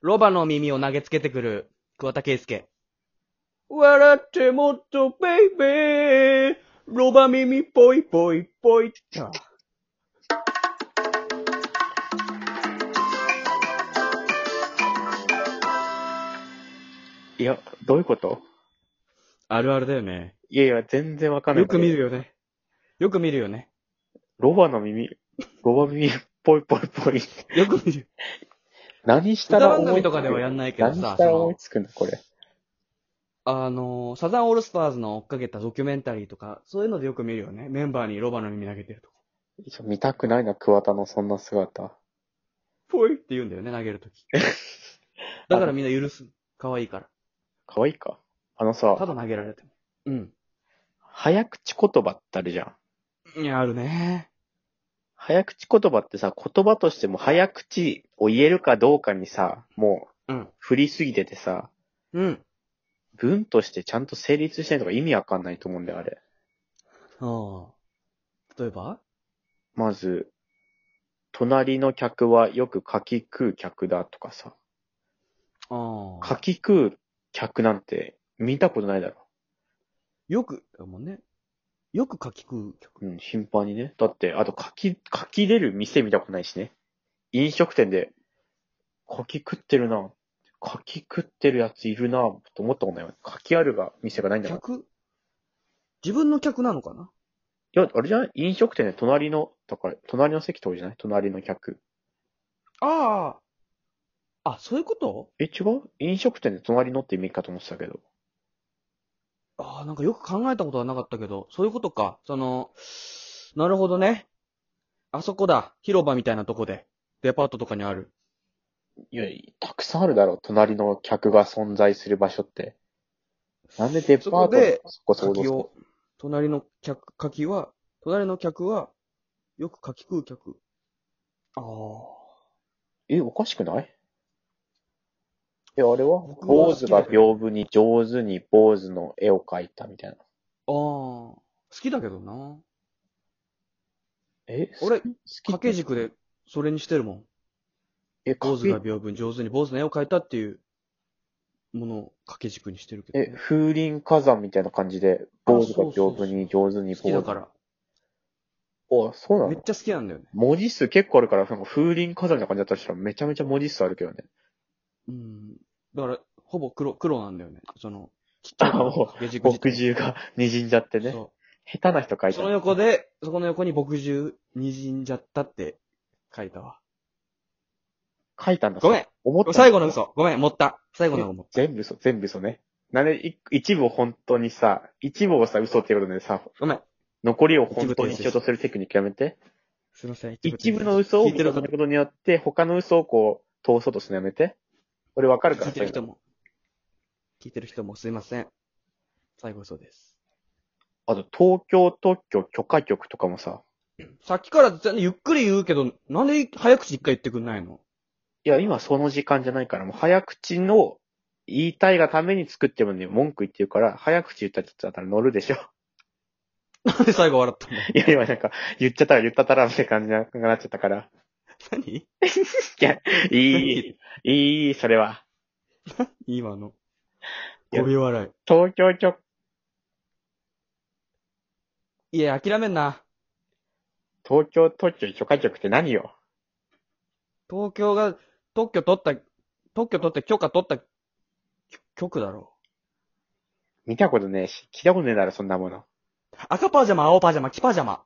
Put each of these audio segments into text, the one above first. ロバの耳を投げつけてくる桑田圭介。笑ってもっとベイベー。ロバ耳ぽいぽいぽいっと。いや、どういうことあるあるだよね。いやいや、全然わかんない。よく見る。よね。よく見るよね。ロバの耳、ロバ耳、ぽいぽいぽい。よく見る。 何したら歌番思組いつくとかではやんないけどさ何したら思いつくんだ、これ。あの、サザンオールスターズの追っかけたドキュメンタリーとか、そういうのでよく見るよね。メンバーにロバの耳投げてるとこ。見たくないな、桑田のそんな姿。ぽいって言うんだよね、投げる とき。だからみんな許す。可愛いから。可愛いか。あのたださ、投げられても。うん。早口言葉ってあるじゃん。いや、あるね。早口言葉ってさ、言葉としても早口を言えるかどうかにさ、もううん。振りすぎててさ、うん。文としてちゃんと成立してないとか意味わかんないと思うんだよ、あれ。ああ。例えばまず、隣の客はよく柿食う客だとかさ、ああ。柿食う客なんて見たことないだろ。よく、だもんね。よく書き食う曲。うん、頻繁にね。だって、あと柿、柿出る店見たことないしね。飲食店で、柿食ってるな。柿食ってるやついるな、と思ったことないわ。柿あるが、店がないんだから。客自分の客なのかないや、あれじゃない飲食店で隣の、だから、隣の席とかじゃない隣の客。ああ。あ、そういうことえ、違う飲食店で隣のって意味かと思ってたけど。ああ、なんかよく考えたことはなかったけど、そういうことか。その、なるほどね。あそこだ。広場みたいなとこで。デパートとかにある。いや、たくさんあるだろう。隣の客が存在する場所って。なんでデパーそこトでそこ想像柿するを、隣の客、柿は、隣の客は、よく柿食う客。ああ。え、おかしくないえ、あれは僕は坊主が屏風に上手に坊主の絵を描いたみたいな。ああ。好きだけどな。え俺好き掛け軸で、それにしてるもん。え、坊坊主主が屏風に上手に坊主の絵を描いたっていうものを掛け軸にしてるけど、え、ね。風林火山みたいな感じで、坊主が屏風に上手に好き坊だ主。から。お、そうなめっのちゃ好きなんだよね。文字数結構あるから、なんか風林火山みたいな感じだったらめちゃめちゃ文字数あるけどね。うん。だから、ほぼ黒、黒なんだよね。その、ちっちゃいあもう掛け軸自墨体汁が 滲んじゃってね。そ下手な人描う。いたその横で、そこの横に墨汁滲んじゃったって書いたわ。書いたんだ。ごめん思った。最後の嘘。ごめん、持った。最後の思っ全部嘘、全部嘘ね。なんで、い一部を本当にさ、一部をさ、嘘っていうことでさ、ごめん。残りを本当にしようとするテクニックやめて。すいません。一部の嘘を聞いて見るるこ方、とによって、他の嘘をこう、通そうとするのやめて。俺わかるか聞いてらそるういう人のも、聞いてる人もすいません。最後嘘です。あと、東京特許許可局とかもさ、さっきから全然ゆっくり言うけど、なんで早口一回言ってくんないの いや、今その時間じゃないから、もう早口の言いたいがために作ってもね、文句言ってるから、早口言ったって言ったら乗るでしょ。なんで最後笑ったのいや、今なんか、言っちゃったら言ったったらって感じになっちゃったから。 何 いや、いい、いい、それは。今の。いやゴび笑東京直、い。いや、諦めんな。東京特許許可局って何よ東京が特許取った、特許取って許可取った局だろ見たことねえし、聞いたことねえだろ、そんなもの。う。赤パジャマ、青パジャマ、黄パジャマ。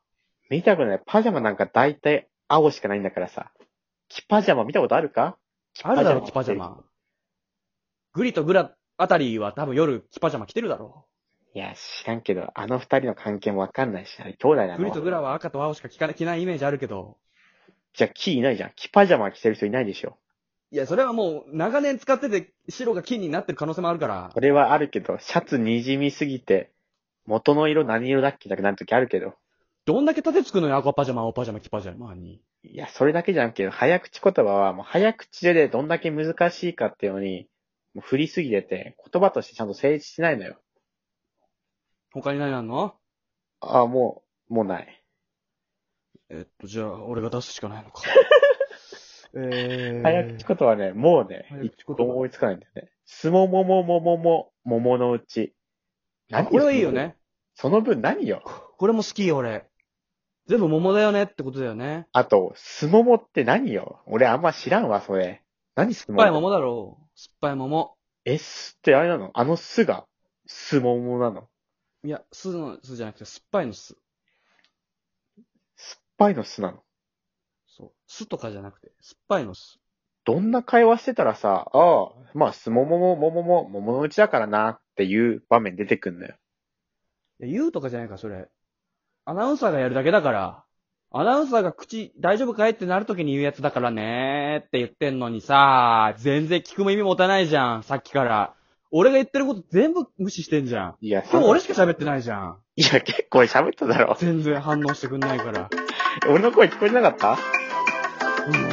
見たことない。パジャマなんか大体青しかないんだからさ。キパジャマ見たことあるかあるだろ、黄黄パパジジャャママ。グリとグラあたりは多分夜黄パジャマ着てるだろいや、知らんけど、あの二人の関係もわかんないし、あれ兄弟う。なグリとのグラは赤と青しか着かない着ないイメージあるけど。じゃあ、キいないじゃん。キパジャマ着てる人いないでしょ。いや、それはもう長年使ってて白が金になってる可能性もあるからこ。れはあるけど、シャツ滲みすぎて、元の色何色だっけだけなるときあるけど。どんだけ縦つくのよ、赤パジャマ、青パジャマ、黄パジャマに。いや、それだけじゃんけど、早口言葉は、もう早口でどんだけ難しいかっていうのに、もう振りすぎてて、言葉としてちゃんと成立してないのよ。他に何あんのああ、もう、もうない。えっと、じゃあ、俺が出すしかないのか。 えー、早口言葉ね、もうね早、一口言葉個も思いつかないんだよね。すもももももも、桃のうち。あこれはいいよね。その分何よこれも好きよ、俺。全部桃だよねってことだよね。あと、すももって何よ俺あんま知らんわ、それ。何すも酸っもぱい桃だろう。酸っぱい桃。え、すってあれなのあのすが、すももなのいや、酢の酢じゃなくて酸っぱいの酢。酸っぱいのすなのそう。酢とかじゃなくて、酸っぱいの酢。どんな会話してたらさ、ああ、まあ、すもももももも、桃のうちだからな、っていう場面出てくんのよ。いや、言うとかじゃないから、それ。アナウンサーがやるだけだから。アナウンサーが口、大丈夫かいってなるときに言うやつだからねーって言ってんのにさ、全然聞くも意味持たないじゃん、さっきから。俺が言ってること全部無視してんじゃん。いや、今日そ俺しか喋ってないじゃん。いや、結構喋っただろ。 全然反応してくんないから。うん。俺の声聞こえてなかったいつ喋ってくれるの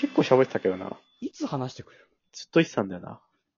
結構喋ってたけどな。いつ話してくれるずっと言ってたんだよな。